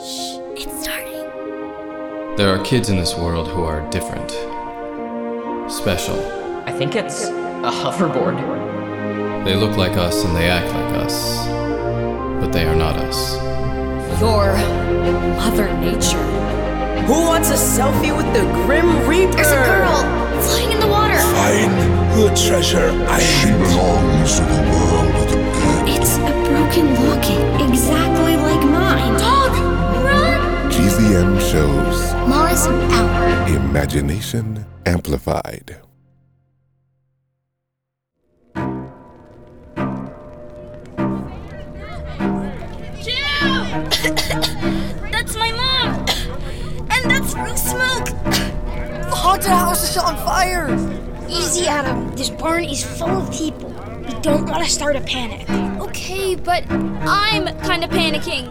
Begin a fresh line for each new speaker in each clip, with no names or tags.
Shh, it's starting.
There are kids in this world who are different, special.
I think it's a hoverboard.
They look like us and they act like us, but they are not us.
Your mother nature.
Who wants a selfie with the Grim Reaper?
There's a girl flying in the water.
Find her treasure
She
island.
belongs to the world of the dead.
It's a broken locket, exactly like mine. Dog, run!
GZM shows
Mars out.
Imagination Amplified.
that's my mom. and that's Ruth's milk.
The haunted house is on fire!
Easy, Adam. This barn is full of people. We don't want to start a panic.
Okay, but I'm kind of panicking.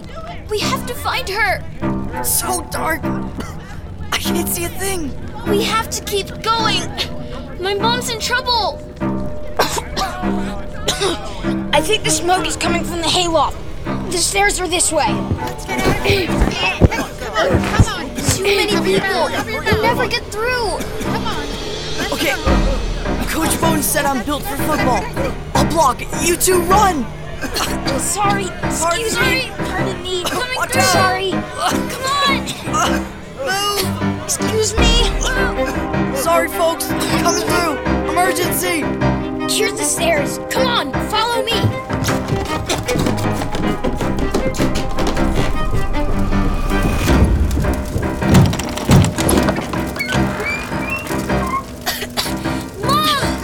We have to find her.
It's so dark! I can't see a thing!
We have to keep going. My mom's in trouble.
I think the smoke is coming from the hayloft. The stairs are this way.
Too many people. We'll never get through.
Okay, Coach Bone said I'm built for football. I'll block it. You two run!
Sorry. Excuse
Sorry.
me. Pardon me.
Coming
Watch
through.
out.
Sorry.
Come on.
Excuse me.
Sorry, folks. Coming through. Emergency.
Here's the stairs.
Come on. Follow me. Mom!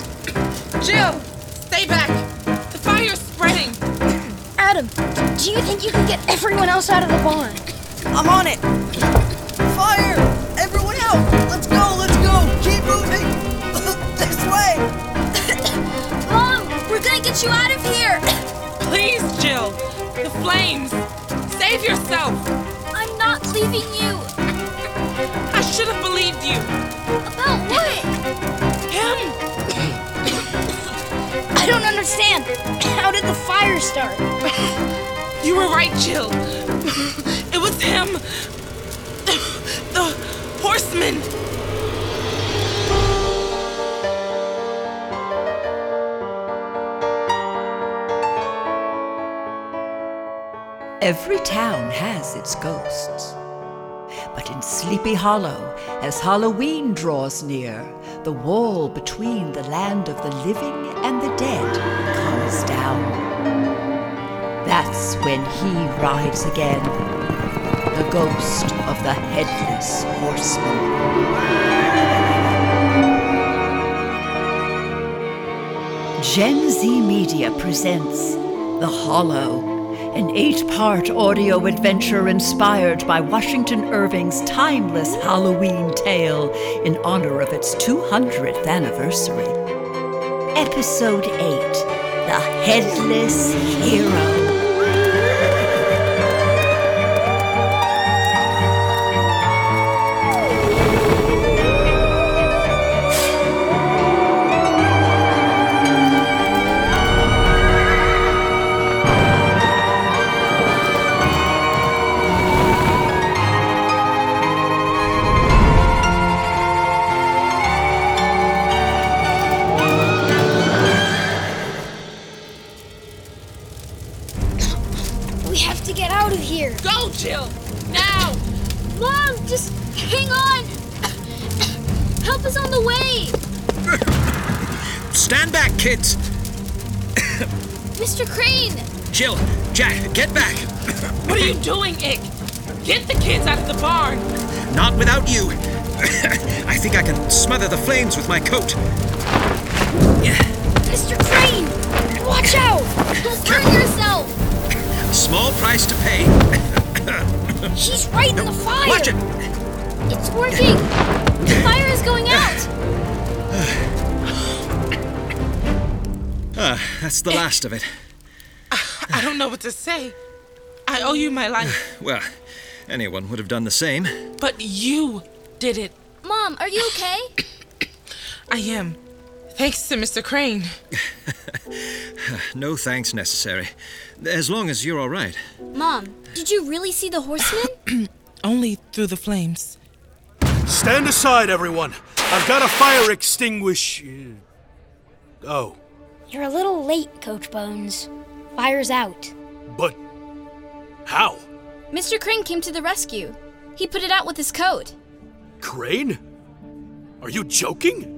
Jill, stay back. The fire's spreading.
Adam, do you think you can get everyone else out of the barn?
I'm on it. Fire! Everyone out! Let's go! Let's go! Keep moving! this way!
Mom, we're gonna get you out of here.
Please, Jill. The flames. Save yourself.
I'm not leaving you.
I should have believed you.
About what?
Him.
I don't understand. How did the fire start?
You were right, Jill. It was him. The horseman.
Every town has its ghosts. But in Sleepy Hollow, as Halloween draws near, the wall between the land of the living and the dead comes down. That's when he rides again, the ghost of the headless horseman. Gen Z Media presents The Hollow, an eight part audio adventure inspired by Washington Irving's timeless Halloween tale in honor of its 200th anniversary. Episode 8 The Headless Hero.
We have to get out of here.
Go, Jill. Now.
Mom, just hang on. Help us on the way.
Stand back, kids!
Mr. Crane,
Jill, Jack, get back!
What are you doing, Ick? Get the kids out of the barn.
Not without you! I think I can smother the flames with my coat.
Mr. Crane, watch out. Don't burn yourself.
Small price to pay.
She's right in the fire.
Watch it!
It's working. The fire is going out.
Ah, That's the last of it.
I don't know what to say. I owe you my life,
Well, anyone would have done the same.
but you did it.
Mom, are you okay?
I am. Thanks to Mr. Crane.
No thanks necessary. As long as you're all right.
Mom, did you really see the horseman?
Only through the flames.
Stand aside, everyone. I've got a fire extinguish. Oh,
You're a little late, Coach Bones. Fire's out.
but how?
Mr. Crane came to the rescue. He put it out with his coat.
Crane? Are you joking?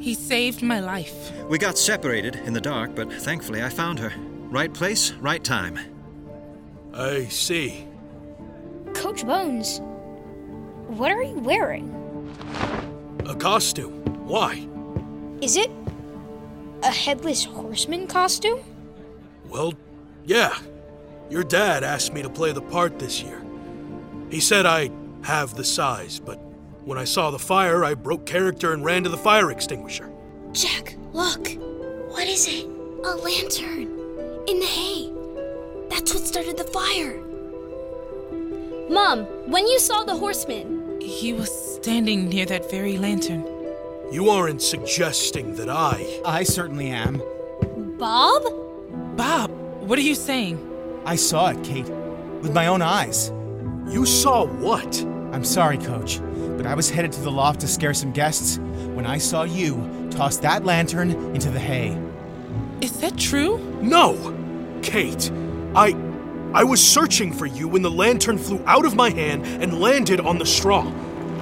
He saved my life.
We got separated in the dark, but thankfully I found her. Right place, right time.
I see.
Coach Bones, what are you wearing?
A costume. Why?
Is it a headless horseman costume?
Well, yeah. Your dad asked me to play the part this year. He said I have the size, but when I saw the fire, I broke character and ran to the fire extinguisher.
Jack, look. What is it? A lantern. In the hay. That's what started the fire. Mom, when you saw the horseman,
He was standing near that very lantern.
You aren't suggesting that I.
I certainly am.
Bob?
Bob, what are you saying?
I saw it, Kate, with my own eyes.
You saw what?
I'm sorry, Coach, but I was headed to the loft to scare some guests when I saw you toss that lantern into the hay.
Is that true?
No! Kate, I. I was searching for you when the lantern flew out of my hand and landed on the straw.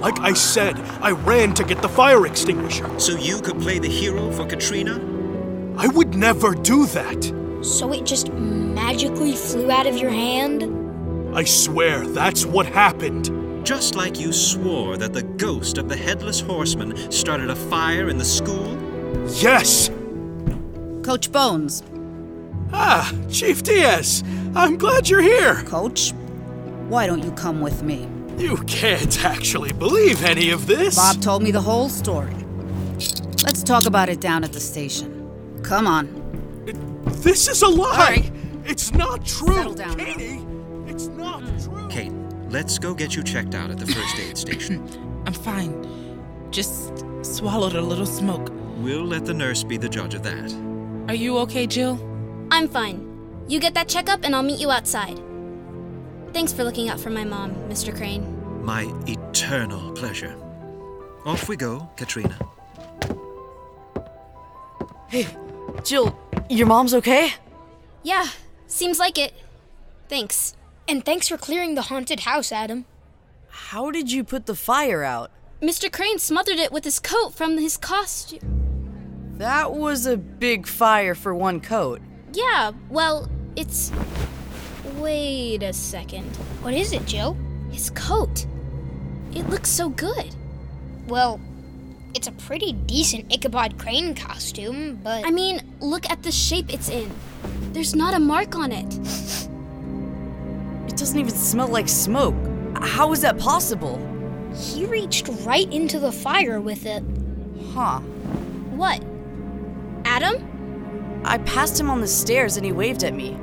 Like I said, I ran to get the fire extinguisher.
So you could play the hero for Katrina?
I would never do that.
So it just magically flew out of your hand?
I swear, that's what happened.
Just like you swore that the ghost of the headless horseman started a fire in the school?
Yes!
Coach Bones,
Ah, Chief Diaz, I'm glad you're here.
Coach, why don't you come with me?
You can't actually believe any of this.
Bob told me the whole story. Let's talk about it down at the station. Come on.
this is a lie.
right.
It's not true.
Settle down now. Hmm.
Katie, it's not true.
Kate, let's go get you checked out at the first aid station.
I'm fine. Just swallowed a little smoke.
We'll let the nurse be the judge of that.
Are you okay, Jill?
I'm fine. You get that checkup and I'll meet you outside. Thanks for looking out for my mom, Mr. Crane.
My eternal pleasure. Off we go, Katrina.
Jill, your mom's okay?
Yeah, seems like it. Thanks.
And thanks for clearing the haunted house, Adam.
How did you put the fire out?
Mr. Crane smothered it with his coat from his costume.
That was a big fire for one coat.
Yeah, well, it's. Wait a second.
What is it, Jill?
His coat. It looks so good.
Well, it's a pretty decent Ichabod Crane costume, but.
I mean, look at the shape it's in. There's not a mark on it.
It doesn't even smell like smoke. How is that possible?
he reached right into the fire with it.
Huh.
What? Adam?
I passed him on the stairs and he waved at me.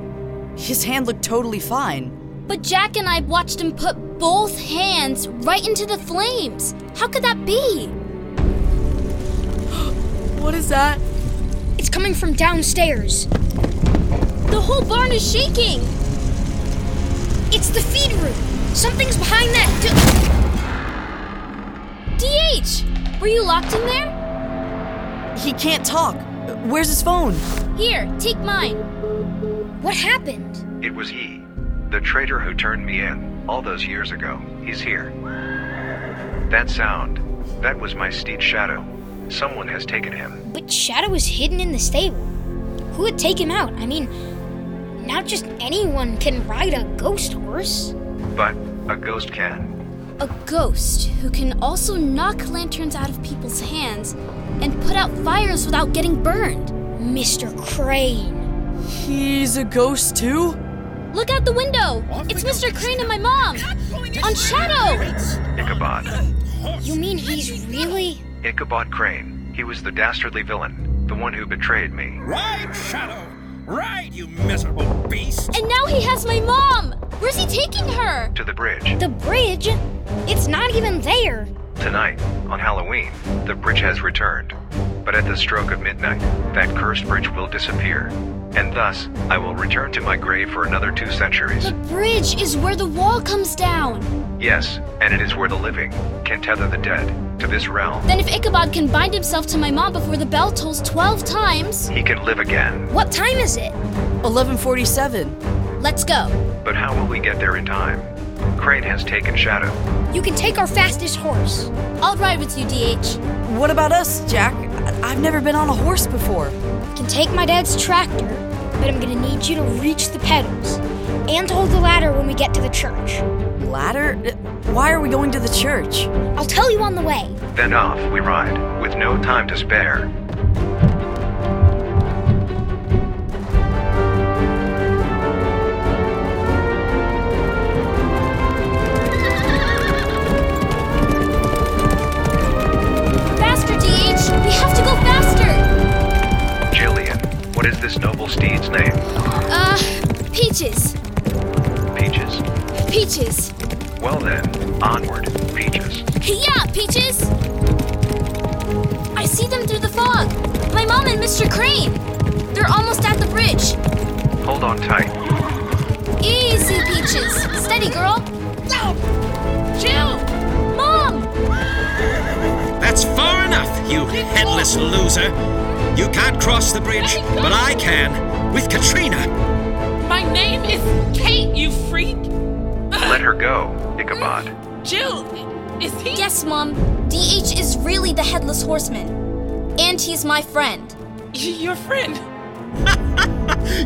His hand looked totally fine.
But Jack and I watched him put both hands right into the flames. How could that be?
What is that?
It's coming from downstairs.
The whole barn is shaking.
It's the feed room. Something's behind that.
DH! Were you locked in there?
He can't talk. Where's his phone?
Here, take mine.
Do- what happened?
It was he, the traitor who turned me in all those years ago. He's here. That sound, that was my steed shadow. Someone has taken him.
But Shadow was hidden in the stable. Who would take him out? I mean, not just anyone can ride a ghost horse.
But a ghost can.
A ghost who can also knock lanterns out of people's hands and put out fires without getting burned.
Mr. Crane.
He's a ghost too?
Look out the window! It's Mr. Crane and my mom! On Shadow!
Ichabod.
You mean he's really?
Ichabod Crane. He was the dastardly villain, the one who betrayed me.
Ride, Shadow! Ride, you miserable beast!
And now he has my mom! Where's he taking her?
To the bridge.
The bridge? It's not even there.
Tonight, on Halloween, the bridge has returned. But at the stroke of midnight, that cursed bridge will disappear. and thus I will return to my grave for another two centuries.
The bridge is where the wall comes down.
Yes, and it is where the living can tether the dead to this realm.
Then, if Ichabod can bind himself to my mom before the bell tolls 12 times.
He can live again.
What time is it?
1147.
Let's go.
But how will we get there in time? Crane has taken Shadow.
You can take our fastest horse.
I'll ride with you, DH.
What about us, Jack? I- I've never been on a horse before.
You can take my dad's tractor, but I'm gonna need you to reach the pedals and hold the ladder when we get to the church.
Ladder? Uh, Why are we going to the church?
I'll tell you on the way.
Then off we ride, with no time to spare.
Faster, DH! We have to go faster!
Jillian, what is this noble steed's name?
Uh, Peaches.
Peaches?
Peaches.
Well then, onward, Peaches.
Yeah, Peaches! I see them through the fog. My mom and Mr. Crane. They're almost at the bridge.
Hold on tight.
Easy, Peaches. Steady, girl. Jill! Mom!
That's far enough, you headless loser. You can't cross the bridge, but I can. With Katrina.
My name is Kate, you freak.
Let her go, Ichabod.
Jill, is he? Yes, Mom. DH is really the Headless Horseman. And he's my friend.
Your friend?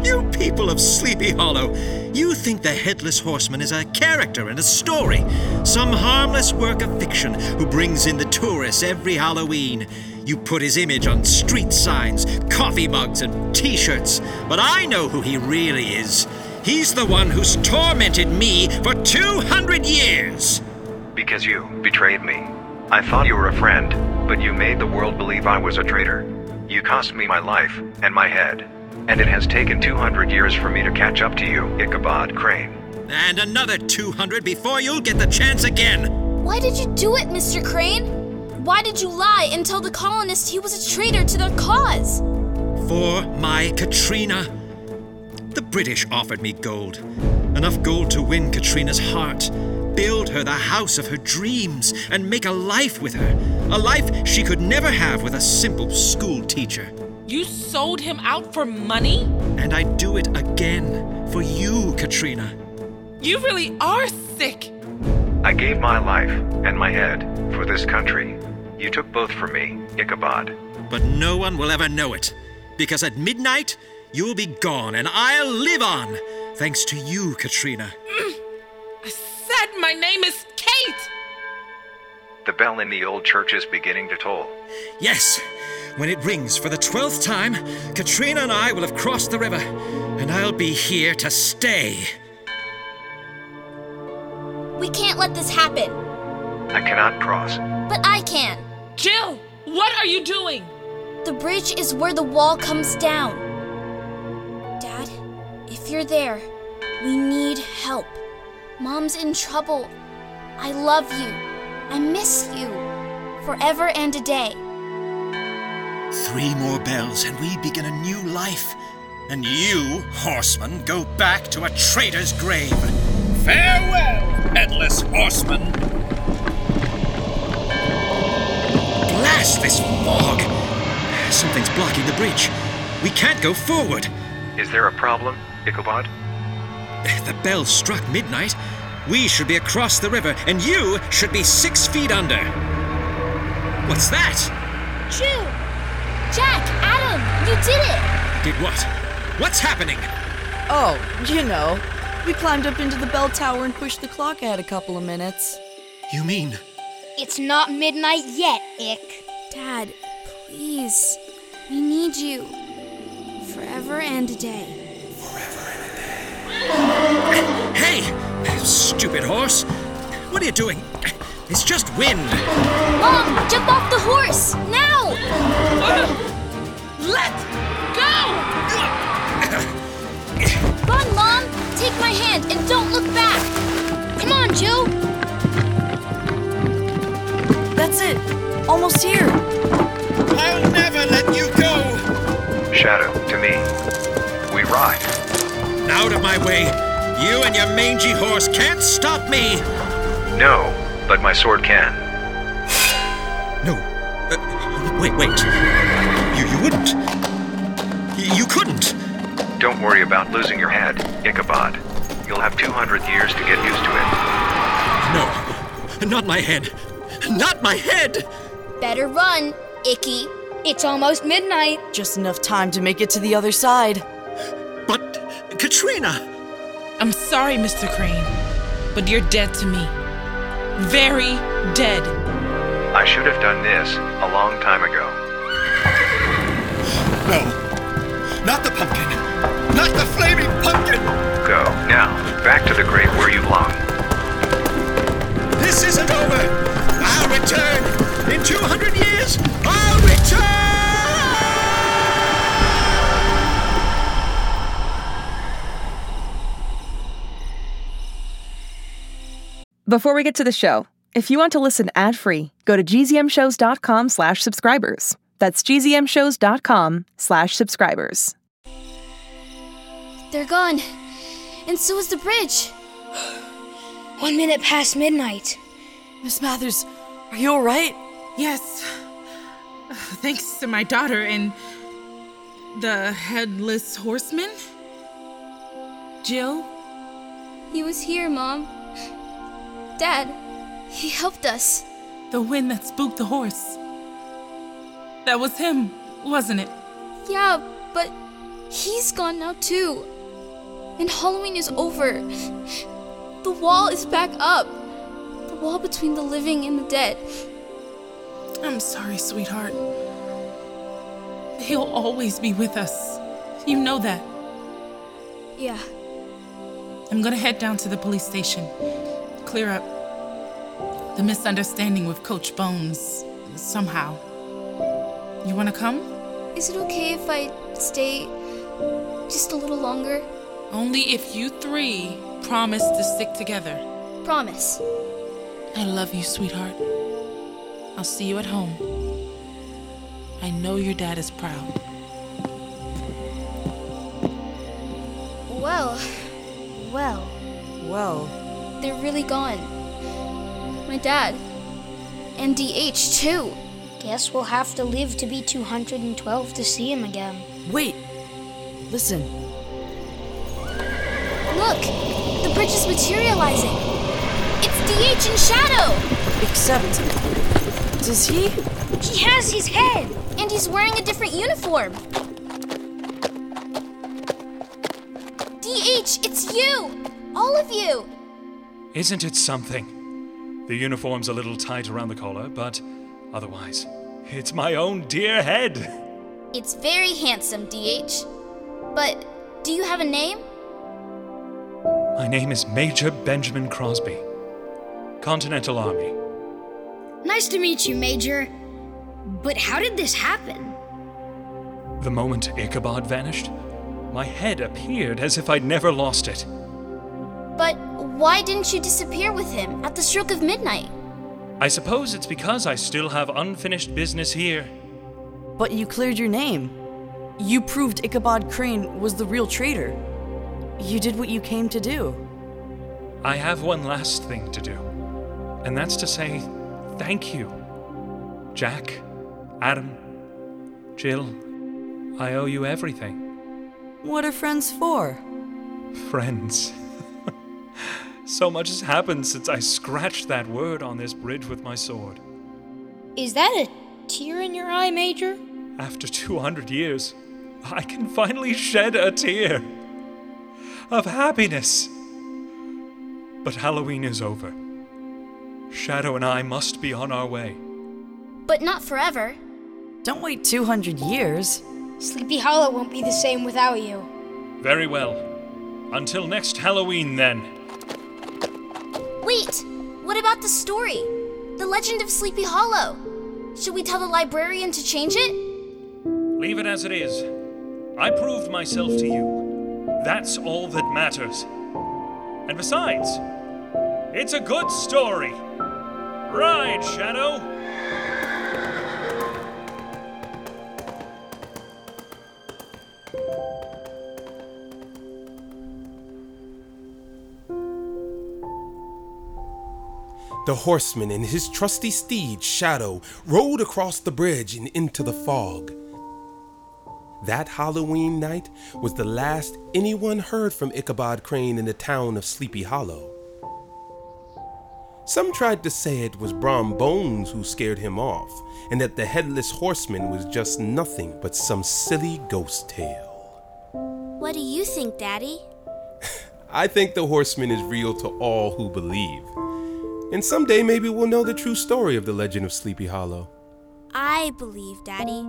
You people of Sleepy Hollow, you think the Headless Horseman is a character in a story, some harmless work of fiction who brings in the tourists every Halloween. You put his image on street signs, coffee mugs, and t shirts. But I know who he really is. He's the one who's tormented me for 200 years.
Because you betrayed me. I thought you were a friend, but you made the world believe I was a traitor. You cost me my life and my head. And it has taken 200 years for me to catch up to you, Ichabod Crane.
And another 200 before you'll get the chance again.
Why did you do it, Mr. Crane? Why did you lie and tell the colonists he was a traitor to their cause?
For my Katrina. The British offered me gold. Enough gold to win Katrina's heart, build her the house of her dreams, and make a life with her. A life she could never have with a simple school teacher.
You sold him out for money?
And I'd do it again for you, Katrina.
You really are sick.
I gave my life and my head for this country. You took both from me, Ichabod.
But no one will ever know it, because at midnight, you'll be gone and I'll live on, thanks to you, Katrina.
Said my name is Kate.
The bell in the old church is beginning to toll.
Yes, when it rings for the twelfth time, Katrina and I will have crossed the river, and I'll be here to stay.
We can't let this happen.
I cannot cross.
But I can.
Jill, what are you doing?
The bridge is where the wall comes down. Dad, if you're there, we need help. Mom's in trouble. I love you. I miss you. Forever and a day.
Three more bells, and we begin a new life. And you, horseman, go back to a traitor's grave. Farewell, headless horseman. Blast this fog! Something's blocking the bridge. We can't go forward.
Is there a problem, Ichabod?
The bell struck midnight. We should be across the river, and you should be six feet under. What's that?
Jill! Jack! Adam! You did it!
Did what? What's happening?
Oh, you know. We climbed up into the bell tower and pushed the clock ahead a couple of minutes.
You mean
It's not midnight yet, Ick.
Dad, please. We need you. Forever and a day.
Hey, stupid horse. What are you doing? It's just wind.
Mom! Jump off the horse! Now!
Let go!
Run, Mom! Take my hand and don't look back! Come on, Jill!
That's it. Almost here.
I'll never let you go.
Shadow, to me. We ride.
Out of my way! You and your mangy horse can't stop me!
No, but my sword can.
Uh, Wait, wait. You, you wouldn't. Y- You couldn't.
Don't worry about losing your head, Ichabod. You'll have 200 years to get used to it.
No. Not my head. Not my head!
Better run, Icky.
It's almost midnight.
Just enough time to make it to the other side.
But, Katrina!
I'm sorry, Mr. Crane, but you're dead to me. Very dead.
I should have done this a long time ago.
No. Not the pumpkin. Not the flaming pumpkin!
Go, now, back to the grave where you belong.
This isn't over! I'll return! In 200 years, I'll return!
Before we get to the show, if you want to listen ad-free, go to gzmshows.com slash subscribers. That's gzmshows.com slash subscribers.
They're gone. And so is the bridge.
One minute past midnight.
Miss Mathers, are you alright?
Yes. Thanks to my daughter and the headless horseman? Jill?
He was here, Mom. Dad, he helped us.
The wind that spooked the horse. That was him, wasn't it?
Yeah, but he's gone now too. And Halloween is over. The wall is back up. The wall between the living and the dead.
I'm sorry, sweetheart. He'll always be with us. You know that.
Yeah.
I'm gonna head down to the police station. Clear up the misunderstanding with Coach Bones somehow. You wanna come?
Is it okay if I stay just a little longer?
Only if you three promise to stick together.
Promise.
I love you, sweetheart. I'll see you at home. I know your dad is proud.
Well, well,
Well,
they're really gone. My dad. And DH too.
Guess we'll have to live to be 212 to see him again.
Wait. Listen,
Look! The bridge is materializing! It's DH in shadow!
except. Does he?
He has his head! And he's wearing a different uniform! DH, it's you! All of you!
Isn't it something? The uniform's a little tight around the collar, but otherwise, it's my own dear head.
It's very handsome, DH. But do you have a name?
My name is Major Benjamin Crosby, Continental Army.
Nice to meet you, Major. But how did this happen?
The moment Ichabod vanished, my head appeared as if I'd never lost it.
But why didn't you disappear with him at the stroke of midnight?
I suppose it's because I still have unfinished business here.
But you cleared your name. You proved Ichabod Crane was the real traitor. You did what you came to do.
I have one last thing to do, and that's to say thank you. Jack, Adam, Jill, I owe you everything.
What are friends for?
Friends. so much has happened since I scratched that word on this bridge with my sword.
Is that a tear in your eye, Major?
After 200 years, I can finally shed a tear of happiness. But Halloween is over. Shadow and I must be on our way.
But not forever.
Don't wait 200 years.
Sleepy Hollow won't be the same without you.
Very well. Until next Halloween, then.
Wait! What about the story? The legend of Sleepy Hollow? Should we tell the librarian to change it?
Leave it as it is. I proved myself to you. That's all that matters. And besides, it's a good story. Ride, Shadow!
The horseman and his trusty steed, Shadow, rode across the bridge and into the fog. That Halloween night was the last anyone heard from Ichabod Crane in the town of Sleepy Hollow. Some tried to say it was Brom Bones who scared him off, and that the headless horseman was just nothing but some silly ghost tale.
What do you think, Daddy?
I think the horseman is real to all who believe. And someday maybe we'll know the true story of the legend of Sleepy Hollow.
I believe, Daddy.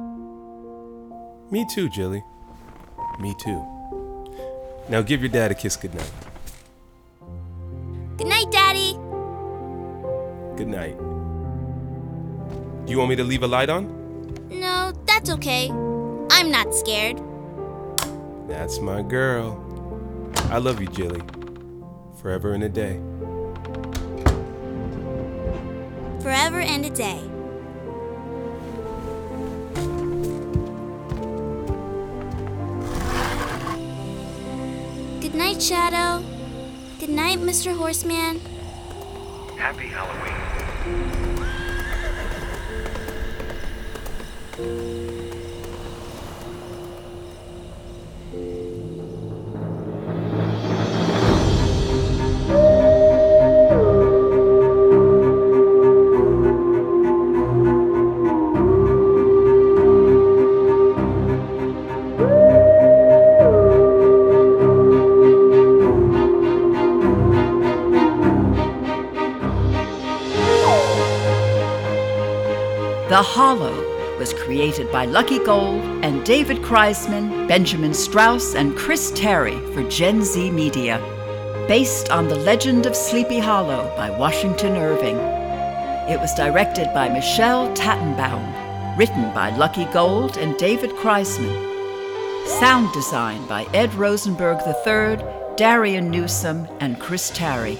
Me too, Jilly. Me too. Now give your dad a kiss goodnight.
Good night, Daddy.
Good night. Do you want me to leave a light on?
No, that's okay. I'm not scared.
That's my girl. I love you, Jilly. Forever and a day.
Forever and a day. Good night, Shadow. Good night, Mr. Horseman.
Happy Halloween.
The Hollow was created by Lucky Gold and David Kreisman, Benjamin Strauss, and Chris Terry for Gen Z Media. Based on The Legend of Sleepy Hollow by Washington Irving. It was directed by Michelle Tattenbaum, written by Lucky Gold and David Kreisman. Sound design by Ed Rosenberg III, Darian Newsom, and Chris Terry.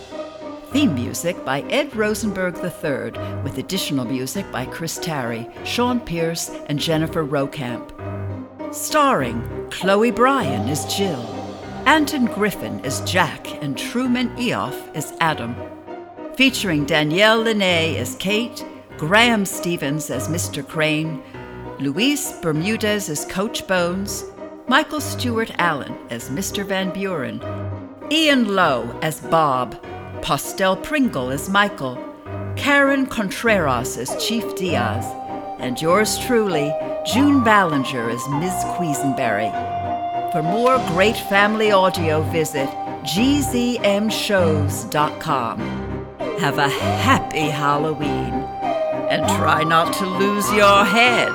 Theme music by Ed Rosenberg III, with additional music by Chris Terry, Sean Pierce, and Jennifer Rokamp. Starring Chloe Bryan as Jill, Anton Griffin as Jack, and Truman Eoff as Adam. Featuring Danielle Linnae as Kate, Graham Stevens as Mr. Crane, Luis Bermudez as Coach Bones, Michael Stewart Allen as Mr. Van Buren, Ian Lowe as Bob, Postel Pringle as Michael, Karen Contreras as Chief Diaz, and yours truly, June Ballinger as Ms. Quisenberry. For more great family audio, visit gzmshows.com. Have a happy Halloween and try not to lose your head.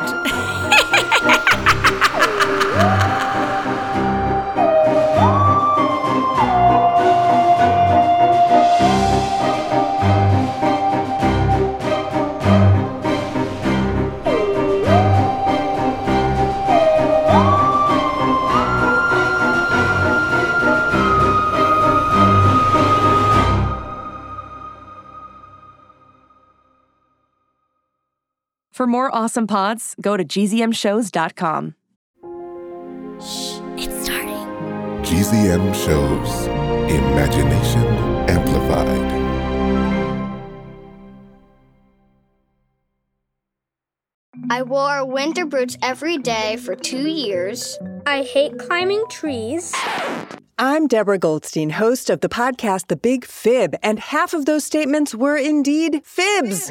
For more awesome pods, go to gzmshows.com.
GZM shows Imagination Amplified.
I wore winter boots every day for two years. I hate climbing trees.
I'm Deborah Goldstein, host of the podcast The Big Fib, and half of those statements were indeed fibs.